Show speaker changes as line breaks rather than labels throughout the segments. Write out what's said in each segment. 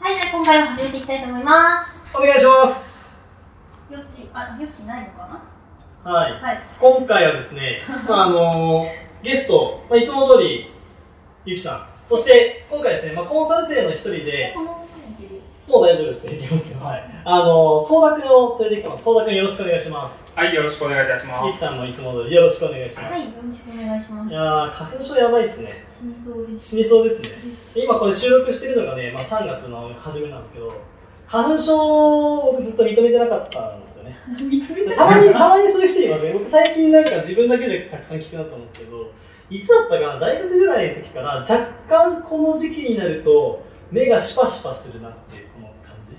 はい、じゃあ今回も始めていきたいと思います。
お願いします。
よし、あ、よしないのか
はい。
なはい。
今回はです ね、まああのゲスト、まあ、いつも通り、ゆきさん、そして今回ですね、まあ、コンサル生の一人で、
そのままいけるよ
もう大丈夫です、いきますよ。はい。あのー、相田君を連れてきてます。相田君よろしくお願いします。
はい、よろしくお願いいたします。
ゆきさんもいつも通りよろしくお願いします。
はい、よろしくお願いしま
い、やー、花粉症やばいですね。
す。死にそうです。
死にそうですね。今これ収録してるのがね、まあ、3月の初めなんですけど、花粉症を僕ずっと認めてなかったんですよね。 たまに、たまにそういう人いますね。僕最近なんか自分だけじゃなくてたくさん聞くようになったんですけど、いつだったかな、大学ぐらいの時から若干この時期になると、目がシュパシュパするなっていうこの感じ。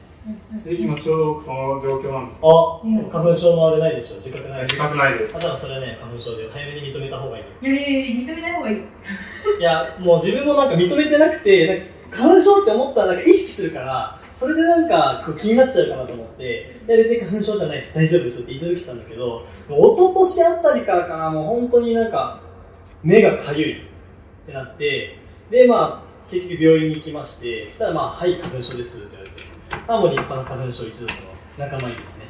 え今ちょうどその状況なんですか
あ、
うん
花粉症のあれないでしょ自覚ないで
自
しょ
覚ないです。
あ、多分それはね、花粉症で早めに認めた方がいいよ。
いやいやいや、認めない方がいいよ。
いや、もう自分もなんか認めてなくて、なんか花粉症って思ったらなんか意識するから、それでなんかこう気になっちゃうかなと思って、いや別に花粉症じゃないです、大丈夫ですって言い続けてたんだけど、もう一昨年あたりからかな、もう本当になんか、目がかゆいってなって、で、まあ、結局病院に行きまして、そしたらまあ、はい、花粉症ですって言われて、あ、もう立派な花粉症一族の仲間いいですね。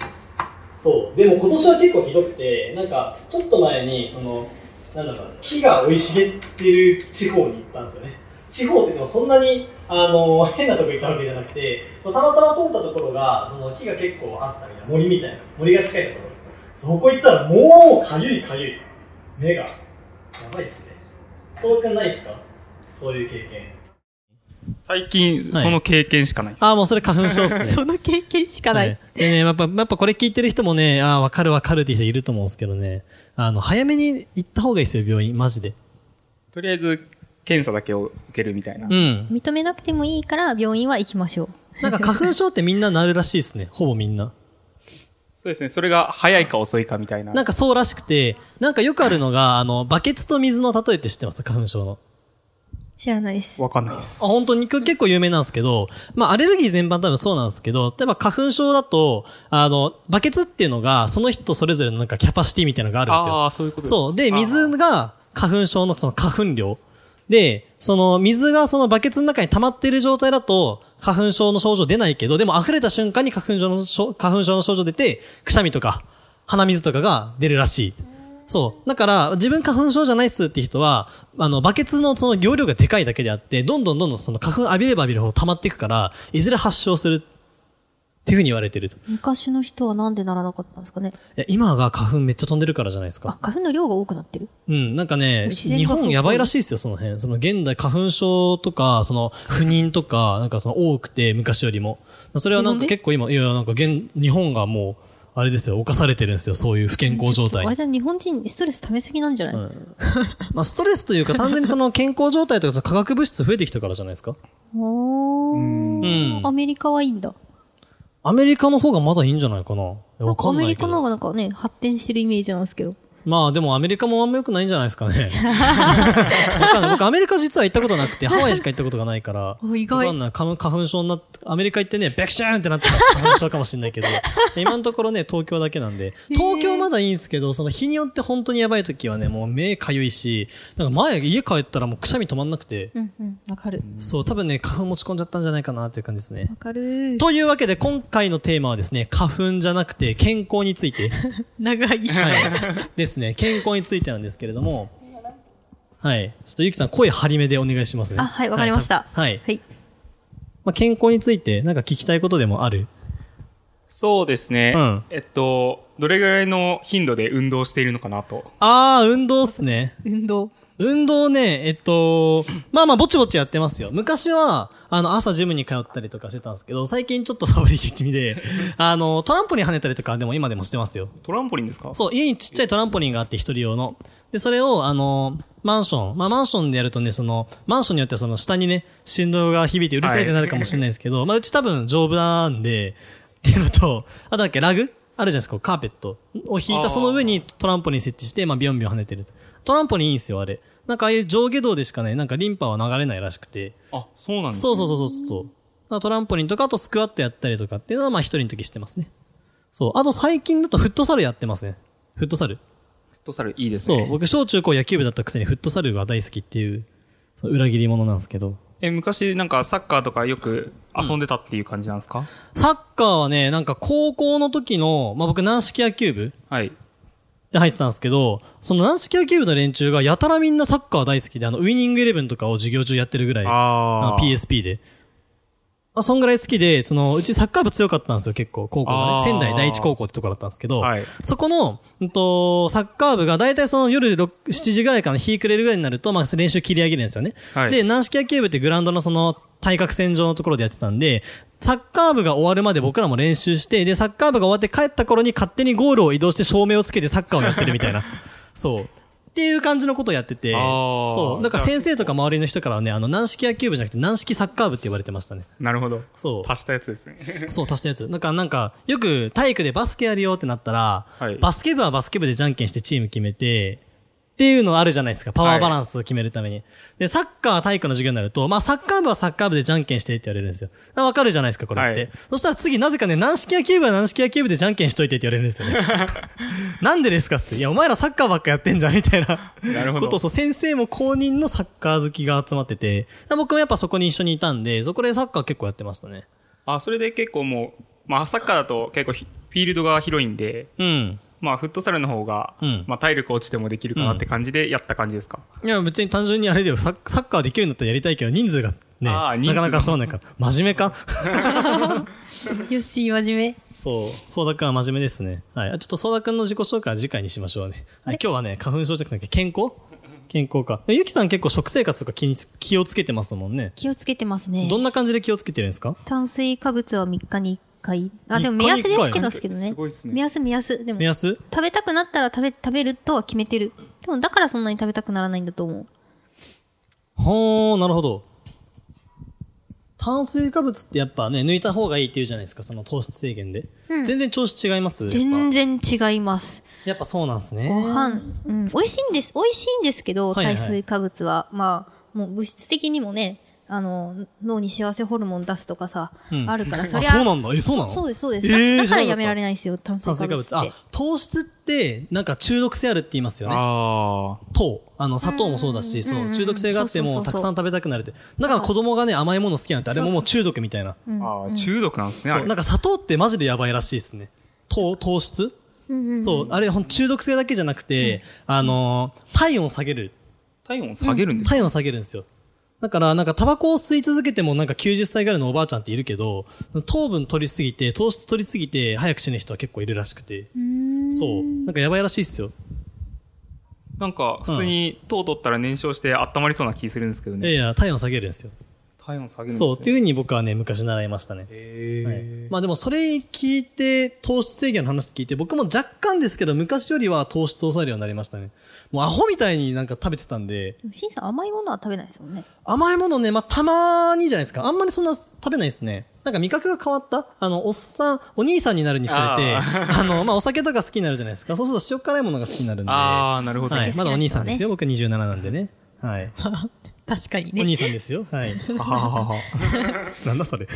そう、でも今年は結構ひどくて、なんか、ちょっと前に、その、なんだろうな木が生い茂ってる地方に行ったんですよね地方って言ってもそんなにあの変なとこ行ったわけじゃなくてまあたまたま通ったところがその木が結構あったみたいな森みたいな森が近いところそこ行ったらもうかゆいかゆい目がやばいですねそうくんないですかそういう経験
最近、
はい
その経験しかないです。
ああ、もう それ花粉症っすね。
その経験しか
は
ない。
い。でね、やっぱ、やっぱこれ聞いてる人もね、ああ、わかるわかるっていう人いると思うんですけどね。あの、早めに行った方がいいですよ、病院。マジで。
とりあえず、検査だけを受けるみたいな。
うん。
認めなくてもいいから病院は行きましょう。
なんか花粉症ってみんななるらしいです ね。ほぼみんな。
そうですね、それが早いか遅いかみたいな。
なんかそうらしくて、なんかよくあるのが、あの、バケツと水の例えって知ってます花粉症の。
知らないです。
わかんないです。
あ本当にこれ結構有名なんですけど、まあ、アレルギー全般多分そうなんですけど、例えば花粉症だと、あの、バケツっていうのが、その人それぞれのなんかキャパシティみたいなのがあるんですよ。
あーそういうことです
そう。で、
あー
水が花粉症のその花粉量。で、その水がそのバケツの中に溜まっている状態だと、花粉症の症状出ないけど、でも溢れた瞬間に花粉症の症、花粉症の症状出て、くしゃみとか、鼻水とかが出るらしい。そう。だから、自分花粉症じゃないっすって人は、あの、バケツのその容量がでかいだけであって、どんどんどんどんその花粉浴びれば浴びるほど溜まっていくから、いずれ発症するっていうふうに言われてると。い
昔の人はなんでならなかったんですかね。
や、今が花粉めっちゃ飛んでるからじゃないですか
あ。、花粉の量が多くなってる。
うん、なんかね、
自然
日
が
本やばいらしいですよ、その辺。その現代、花粉症とか、その不妊とか、 なんかその多くて、昔よりも。それはなん
なんで
か結構今、いや、なんか現、日本がもう、あれですよ、犯されてるんですよ、そういう不健康状
ちょっ
態
とあ
に
れ。じゃ日本人ストレス溜めすぎなんじゃない、
まあ、ストレスというか、単純にその健康状態とか、その化学物質増えてきたからじゃないですか。
お
うん
ー、ア。メリカはいいんだ。
アメリカの方がまだいいんじゃないかな。いやわか
ア
んな
メ
い
リ
け
カの方
ど。
がなんかね、発展してるイメージなんですけど。
まあ、でもアメリカもあんま良くないんじゃないですか ね。わかんない。僕、アメリカ実は行ったことなくて、ハワイしか行ったことがないから。
お意
わ
外
かんない花粉花粉症になって、アメリカ行ってね、ベクシャーンってなってた花粉症かもしれない けど、今のところね、東京だけなんで、東京まだいいんですけど、その日によって本当にやばい時はね、もう目かゆいし、なんか前家帰ったらもうくしゃみ止まんなくて、
うんうん、わかる。
そう、多分ね、花粉持ち込んじゃったんじゃないかなっていう感じですね
わ。かる。
というわけで、今回のテーマはですね、花粉じゃなくて健康について、
長い。
はい、ですね、健康についてなんですけれども、はい。ちょっとゆきさん、声張り目でお願いしますね。
あ、はい、わかりました。
はい。
はい。
まあ、健康について、なんか聞きたいことでもある
そうですね、
うん
えっと、どれぐらいの頻度で運動しているのかなと。
ああ、運動っすね。
運動。
運動ね、えっと、まあまあ、ぼちぼちやってますよ。昔は、あの、朝ジムに通ったりとかしてたんですけど、最近ちょっとサボり気味で、あの、トランポリン跳ねたりとか、でも今でもしてますよ。
トランポリンですか
そう、家にちっちゃいトランポリンがあって、一人用の。で、それを、あの、マンション。まあ、マンションでやるとね、その、マンションによってはその、下にね、振動が響いてうるさいってなるかもしれないですけど、まあ、うち多分丈夫なんで、っていうのと、あとだっけ、ラグあるじゃないですか、カーペットを引い
あー
たその上にトランポリン設置して、まあ、ビョンビョン跳ねてると。トランポリンいいんですよ、あれ。なんかああいう上下動でしかね、なんかリンパは流れないらしくて。
あ、そうなんです
そうそうそうそうそう。だからトランポリンとか、あとスクワットやったりとかっていうのは、まあ一人の時してますね。そう。あと最近だとフットサルやってますね。フットサル。
フットサルいいです
そ
ね。
う。僕、小中高野球部だったくせにフットサルが大好きっていう、そう裏切り者なんですけど。
え、昔なんかサッカーとかよく遊んでたっていう感じなんですか、
サッカーはね、なんか高校の時の、まあ僕軟式野球部
はい。
で入ってたんですけど、その軟式野球部の連中がやたらみんなサッカー大好きで、あの、ウィニングイレブンとかを授業中やってるぐらい。
あー
PSP で。まあ、そんぐらい好きで、その、うちサッカー部強かったんですよ、結構、高校が
あー
ね。仙台第一高校ってとこだったんですけど、
はい
そこの、うんと、サッカー部が大体その夜6 7時ぐらいから日暮れるぐらいになると、まあ、練習切り上げるんですよね。
はい
で、軟式野球部ってグラウンドのその、対角線上のところでやってたんで、サッカー部が終わるまで僕らも練習して、で、サッカー部が終わって帰った頃に勝手にゴールを移動して照明をつけてサッカーをやってるみたいな。そう。っていう感じのことをやってて、
あー
そう。だから先生とか周りの人からはね、あの、軟式野球部じゃなくて軟式サッカー部って言われてましたね。
なるほど。
そう
足したやつですね。
そう、足したやつ。なんか、なんか、よく体育でバスケやるよってなったら、
はい
バスケ部はバスケ部でじゃんけんしてチーム決めて、っていうのあるじゃないですか。パワーバランスを決めるために。で、サッカーは体育の授業になると、まあ、サッカー部はサッカー部でじゃんけんしてって言われるんですよ。あわかるじゃないですか、これって。
はい
そしたら次、なぜかね、軟式野球部は軟式野球部でじゃんけんしといてって言われるんですよ ね。なんでですかっつって。いや、お前らサッカーばっかやってんじゃん、みたいな。
なるほど
ことをそう、先生も公認のサッカー好きが集まってて、僕もやっぱそこに一緒にいたんで、そこでサッカー結構やってましたね。
あ、それで結構もう、まあサッカーだと結構ひフィールドが広いんで、
うん。
まあフットサルの方が、
うん
まあ体力落ちてもできるかなって感じでやった感じですか、
いや、別に単純にあれだよ、サッサッカーできるんだったらやりたいけど、人数がね、
あー人
なかな
数が
か集まんないから。真面目か
よっしー、真面目。
そう、ソーダくんは真面目ですね。はい。あちょっとソーダくんの自己紹介は次回にしましょうね。はい、今日はね、花粉症じゃなくて健康健康か。えゆきさん結構食生活とか気につ気をつけてますもんね。
気をつけてますね
ど。んな感じで気をつけてるんですか
炭水化物は3日に1回。あ、でも
3日
目
に
安で
一回
すけど、すけどね
すごいっす。ね
目安、目安。でも
目、安
食べたくなったら食べ、食べるとは決めてる。でも、だからそんなに食べたくならないんだと思う。
ほー、なるほど。炭水化物ってやっぱね、抜いた方がいいって言うじゃないですか、その糖質制限で。
うん
全然調子違いますやっぱ
全然違います。
やっぱそうなんですね。
ご飯、うん、美味しいんです、美味しいんですけど、
はいはい
炭水化物は。まあ、もう物質的にもね、あの、脳に幸せホルモン出すとかさ、
うん
あるから、
あ、
りゃ
そうなんだ。え、そうなの
そそうです、そうです。
えー
だだから
知らなかった
やめられないですよ、炭水
炭水
化物
化
っ
物。あ
て。、
糖質って、なんか中毒性あるって言いますよね。
あ
糖。あの、砂糖もそうだし、
うんうんうん
そう、中毒性があって
そうそ
も、
う
た
そう
く
そう
さん食べたくなるって。だから子供がね、甘いもの好きなんて、あれももう中毒みたいな。
あ、ああ、中毒なんですね、あ
そ
れ
う、なんか砂糖ってマジでやばいらしいですね。糖、糖質そう、あれ、ほん中毒性だけじゃなくて、あのー、体温下げる。
体温下げるんですか、
体温下げるんですよ。だから、なんか、タバコを吸い続けても、なんか90歳ぐらいのおばあちゃんっているけど、糖分取りすぎて、糖質取りすぎて、早く死ぬ人は結構いるらしくて。そう。なんか、やばいらしいっすよ。
なんか普通に糖取ったら燃焼して温まりそうな気するんですけど
いや
ね。
いや、体温下げるんですよ。
体温下げるんです
そう。
よ
っていうふうに僕はね、昔習いましたね。
へ
はい
ー
まあでも、それ聞いて、糖質制限の話聞いて、僕も若干ですけど、昔よりは糖質を抑えるようになりましたね。もう、アホみたいになんか食べてたんで、
しんさん甘いものは食べないですもんね。
甘いものね、まあ、たまにじゃないですか。あんまりそんな食べないですね。なんか味覚が変わったあの、おっさん、お兄さんになるにつれて、
あ
あの、まあ、お酒とか好きになるじゃないですか。そうすると塩辛いものが好きになるんで。
ああ、なるほど。
は
お酒好
い。
き
まだお
な人はね
兄さんですよ。僕27なんでね。はい。
確かに
お兄さんですよ。はい。
はははは
なんだそ れ。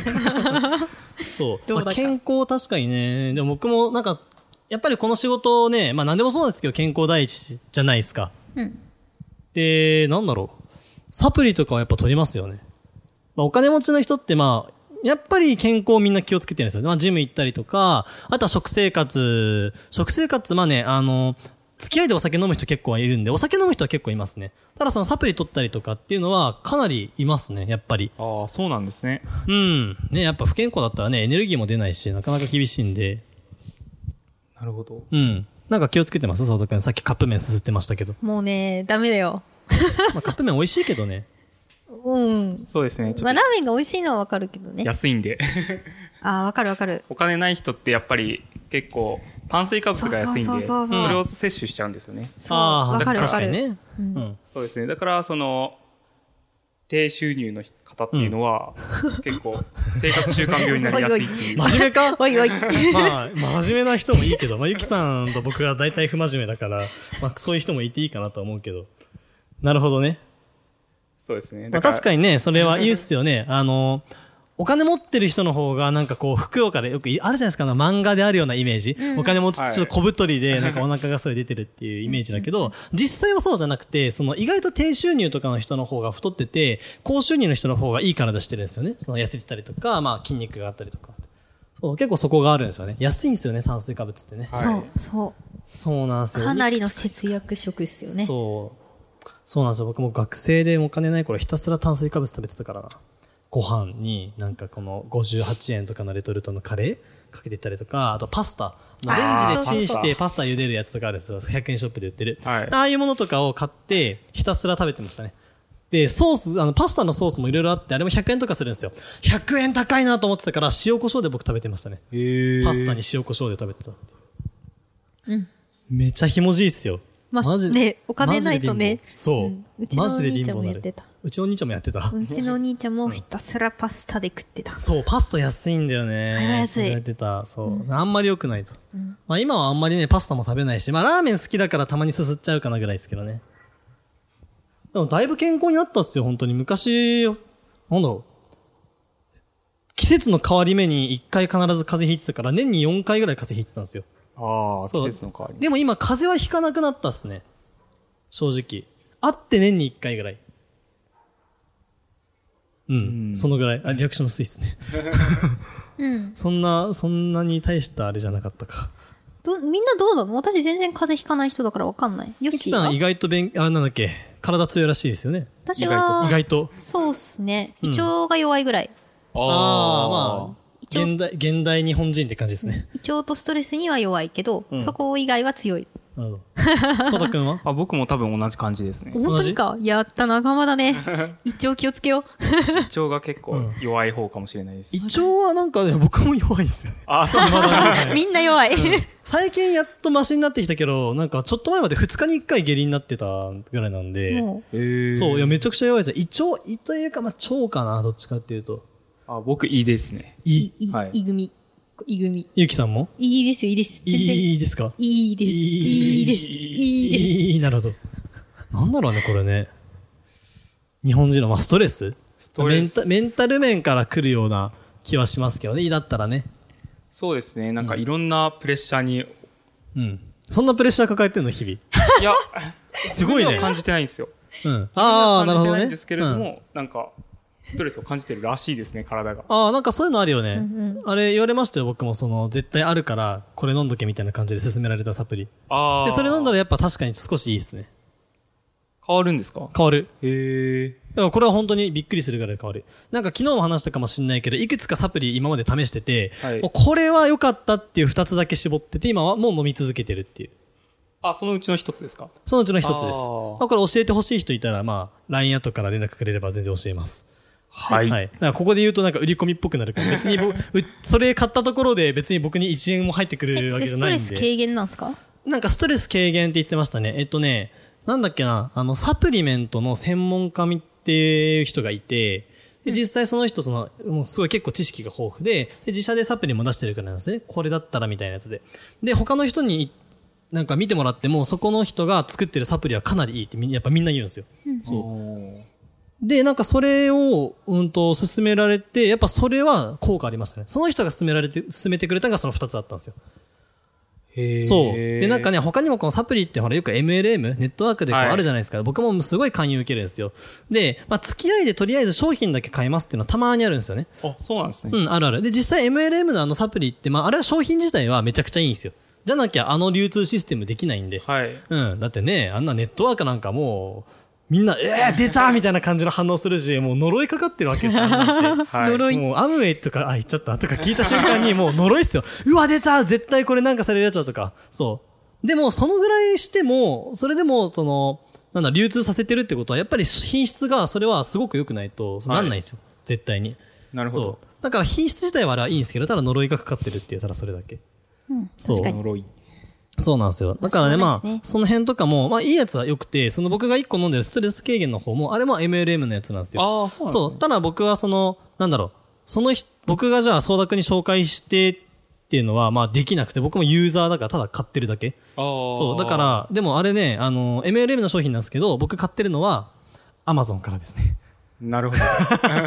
そう。
どうだ
まあ
か
健康確かにね。でも僕もなんか、やっぱりこの仕事をね、まあ何でもそうですけど、健康第一じゃないですか。
うん
で、なんだろう。サプリとかはやっぱ取りますよね。まあお金持ちの人ってまあ、やっぱり健康みんな気をつけてるんですよね。まあジム行ったりとか、あとは食生活。食生活、まあね、あの、付き合いでお酒飲む人結構いるんで、お酒飲む人は結構いますね。ただそのサプリ取ったりとかっていうのはかなりいますね、やっぱり。
ああ、そうなんですね。
うん。ね、やっぱ不健康だったらね、エネルギーも出ないし、なかなか厳しいんで。
なるほど。
うん。なんか気をつけてますそうたくん。さっきカップ麺すすってましたけど。
もうね、ダメだよ。
まあ、カップ麺美味しいけど ね。
うん。
そうですね。ち
ま
ょ
あ、
っ
ラーメンが美味しいのはわかるけど
と
ね。
安いんで。
ああ、わかるわかる。
お金ない人ってやっぱり結構炭水化物が安いん
そう
で、
そうそう
そ
そう
れを摂取しちゃうんですよね。
そう
ああ、
わかる
確
わか
か
る。
にね。
うん
うん。
そうですね。だから、その、低収入の方っていうのは、結構、生活習慣病になりやす いっていう。
真面目か
おいお い。
まあ、真面目な人もいいけど、まあ、ゆきさんと僕が大体不真面目だから、まあ、そういう人もいていいかなとは思うけど。なるほどね。
そうですね。
まあ、確
に。
かにね、そ れはいいっすよね。あの、お金持ってる人の方が、なんかこう、ふくよかで、よくい、あるじゃないですか、なんか漫画であるようなイメージ。お金持ち、
はい
ちょっと小太り で、なんかお腹がすごい出てるっていうイメージだけど、実際はそうじゃなくて、その意外と低収入とかの人の方が太ってて、高収入の人の方がいい体してるんですよね。その痩せてたりとか、まあ筋肉があったりとか。そう結構そこがあるんですよね。安いんですよね、炭水化物ってね。
そう、そ
そうなんです
う。
よ。
かなりの節約食っすよね。
そう。そうなんですよ。僕も学生でお金ない頃ひたすら炭水化物食べてたからな。ご飯になんかこの58円とかのレトルトのカレーかけてたりとか、あとパスタ。もうレンジでチンしてパスタ茹でるやつとかあるんですよ。100円ショップで売ってる。
はい
ああいうものとかを買ってひたすら食べてましたね。で、ソース、あの、パスタのソースもいろいろあって、あれも100円とかするんですよ。100円高いなと思ってたから、塩コショウで僕食べてましたね。パスタに塩コショウで食べてたっていう。
うん
めちゃひもじいっすよ。
まあ
マジで
ねお金ないとね
マジで貧乏そう、
うんうちの
マジで貧乏
お兄ちゃんも
な
やっ
る
てた
うちのお兄ちゃんもやってた、
うちのお兄ちゃんもひたすらパスタで食ってた。
そうパスタ安いんだよね
あれは安い
やってたそう、あんまり良くないと、まあ今はあんまりねパスタも食べないしまあラーメン好きだからたまにすすっちゃうかなぐらいですけどねでもだいぶ健康になったっすよ本当に昔なんだろう季節の変わり目に1回必ず風邪ひいてたから年に4回ぐらい風邪ひいてたんですよ
ああ、
そう
季節の変わり目。
でも今、風邪はひかなくなったっすね。正直。あって年に一回ぐらい。うん。
うん
そのぐらい。あ、リアクション薄いっすね。
うん。
そんな、そんなに大したあれじゃなかったか。
ど、みんなどうなの私全然風邪ひかない人だからわかんない。よ
ゆき
し。
さん意外と勉、あ、なんだっけ。体強いらしいですよね。
私
意
は、
外と。
そうっすね。
うん
胃腸が弱いぐらい。
ああ、まあ、
一応
現代、現代日本人って感じですね。
胃腸とストレスには弱いけど、
うん
そこ以外は強い。
な るほど。そうたくんは
あ。あ、僕も多分同じ感じですね。
同
本当
じ
にかやった仲間だね。胃腸気をつけよう。
胃腸が結構弱い方かもしれないです
胃。腸はなんか、僕も弱いんですよね。
ああ、そう
みんな弱い。
最近やっとマシになってきたけど、なんかちょっと前まで2日に1回下痢になってたぐらいなんで。
も
そう、いや、めちゃくちゃ弱いですよ。胃腸、胃というか、まあ、腸かな、どっちかっていうと。
あ僕、いいですね。
う、
胃
い、い
はい、
い組。い組。
ゆきさんも
いいですよ、いいです。
い
全然。
いいですか
いいです。いいです。いいです。
いい、なるほど。なんだろうね、これね。日本人の、まあ、ストレス
ストレス
メンタ。メンタル面から来るような気はしますけどね、胃だったらね。
そうですね。なんかいろんなプレッシャーに、
うん。そんなプレッシャー抱えてんの、日々。
いや、
すごい
自分で
ね
は。感じてないんですよ。
うん。ああ、な
自
る
分
ほど
では感じてない
ね。
んですけれど
うん
も、なんか、ストレスを感じてるらしいですね、体が。
ああ、なんかそういうのあるよね。
ん
あれ言われましたよ、僕もその、絶対あるから、これ飲んどけみたいな感じで勧められたサプリ。
あ
で、それ飲んだ
ら
らやっぱ確かに少しいいですね。
変わるんですか
変わる。
へえ。
だからこれは本当にびっくりするぐらい変わる。なんか昨日も話したかもしれないけど、いくつかサプリ今まで試してて、
はい
もうこれは良かったっていう二つだけ絞ってて、今はもう飲み続けてるっていう。
あ、そのうちの一つですか
そのうちの一つです。
あー
まあこれ教えてほしい人いたら、まあ、LINE 後から連絡くれれば全然教えます。
は
はい。だからここで言うとなんか売り込みっぽくなるから、別に僕、うそれ買ったところで別に僕に1円も入ってくれ
え
る
そ
わけ
れ
じ
ス
ゃ
ト
ない
レ
ん
ス
で。
軽減なんですか
なんかストレス軽減って言ってましたね。えっとね、なんだっけな、あの、サプリメントの専門家っていう人がいて、で実際その人その、もうすごい結構知識が豊富で、で自社でサプリも出してるからなんですね。これだったらみたいなやつで。で、他の人になんか見てもらっても、そこの人が作ってるサプリはかなりいいってみんやっぱみんな言うんですよ。で、なんかそれを、うんと、勧められて、やっぱそれは効果ありましたね。その人が勧められて、勧めてくれたのがその2つだったんですよ。
へえ。
そう。で、なんかね、他にもこのサプリってほら、よく MLM、ネットワークでこう
はい
あるじゃないですか。僕もすごい勧誘受けるんですよ。で、まあ、付き合いでとりあえず商品だけ買いますっていうのはたまにあるんですよね。
あ、そうなんですね。
うん、あるある。で、実際 MLM のあのサプリって、まあ、あれは商品自体はめちゃくちゃいいんですよ。じゃなきゃあの流通システムできないんで。
はい。
うん。だってね、あんなネットワークなんかもう、みんな、えー、出たみたいな感じの反応するし、もう呪いかかってるわけですよ。あんなんて
はい。
もうアムウェイとか、あ、言っちゃったとか聞いた瞬間にもう呪いっすよ。 うわ、出た絶対これなんかされるやつだとか。そう。でも、そのぐらいしても、それでも、その、なんだ、流通させてるってことは、やっぱり品質が、それはすごく良くないと、
はい
なんないんですよ。絶対に。
なるほ
そ
ど。
う。だから品質自体はあれはいいんですけど、ただ呪いがかかってるっていう、ただそれだけ。
うん、
そう
確かに。
呪い。
そうなんですよ。だからね、
そうなん
ま
ですね
あ、その辺とかも、まあ、いいやつは良くて、その僕が一個飲んでるストレス軽減の方も、あれも MLM のやつなんですよ。
ああ、そうなんです
そ
ね
う。ただ僕はその、なんだろう。その人、僕がじゃあ、相田に紹介してっていうのは、まあ、できなくて、僕もユーザーだから、ただ買ってるだけ。
あー
そう。だか、ら、でもあれね、あの、MLM の商品なんですけど、僕買ってるのは、アマゾンからですね。
なる ほど。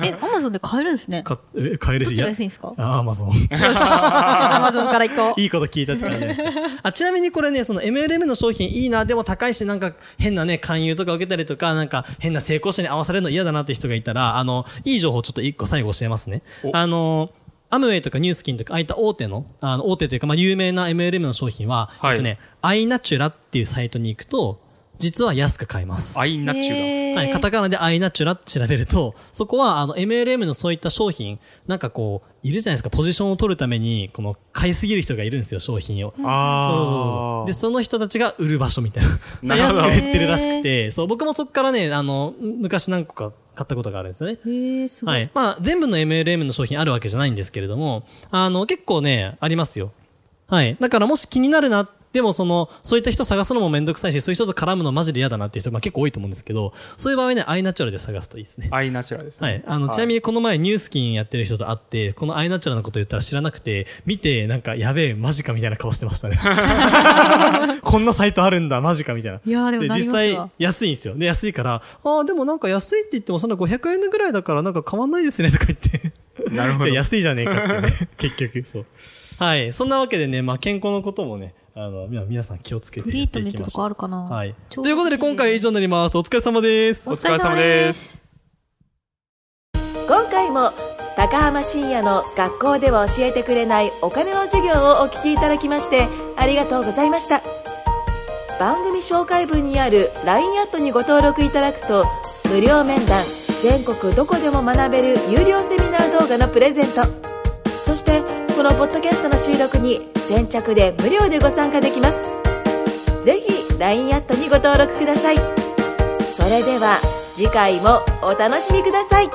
え、アマゾンで買えるんですね。
かえ買える
どっ
し、
ちが安いんですか
アマゾン。
アマゾンから行こう。
いいこと聞いたって感じじゃない ですか。あちなみにこれね、その MLM の商品いいな、でも高いし、なんか変なね、勧誘とか受けたりとか、なんか変な成功者に合わされるの嫌だなって人がいたら、あの、いい情報ちょっと一個最後教えますね。
お
あの、アムウェイとかニュースキンとか、ああいった大手の、あの、大手というか、まあ、有名な MLM の商品は、
はい
えっとね、アイナチュラっていうサイトに行くと、実は安く買えます。
アイナチュ
へー
はい、カタカナでアイナチュラって調べると、そこはあの MLM のそういった商品、なんかこう、いるじゃないですか、ポジションを取るために、この、買いすぎる人がいるんですよ、商品を。
ラ。
そうそう
あ
そ
あ。
うで、その人たちが売る場所みたいな。
なるほ
安
ど
く売ってるらしくて、そう、僕もそこからね、あの、昔何個か買ったことがあるんですよね。
へえ、すご。
はいい。まあ、全部の MLM の商品あるわけじゃないんですけれども、あの、結構ね、ありますよ。はい。だからもし気になるな、でもその、そういった人探すのもめんどくさいし、そういう人と絡むのマジで嫌だなっていう人、まあ結構多いと思うんですけど、そういう場合ね、アイナチュラルで探すといいですね。
アイナチュラですね。
はい。あの、ちなみにこの前ニュースキンやってる人と会って、このアイナチュラのこと言ったら知らなくて、見て、なんか、やべえ、マジかみたいな顔してましたね。 こんなサイトあるんだ、マジかみたいな。
いやーでもなります
実
わ
際、安いんですよ。で、安いから、ああ、でもなんか安いって言っても、そんな500円ぐらいだから、なんか変わんないですね、とか言 って。
なるほど
いや安いじゃねえかってね。 結局、そう。はい。そんなわけでね、まあ、健康のこともね、あの、み皆さん気をつけ
ト
て
リ
や
ー
っ
ト
て
メ
い
ン
き
ト
ま
と
し
か
ょ
あ
う。
るかな
はい。
ちょ
ということで、今回は以上になります。お疲れ様です
お。疲れ様です。
今回も高浜深也の学校では教えてくれないお金の授業をお聞きいただきましてありがとうございました番組紹介文にある LINE アットにご登録いただくと無料面談全国どこでも学べる有料セミナー動画のプレゼントそしてこのポッドキャストの収録に先着で無料でご参加できますぜひ LINE アットにご登録くださいそれでは次回もお楽しみください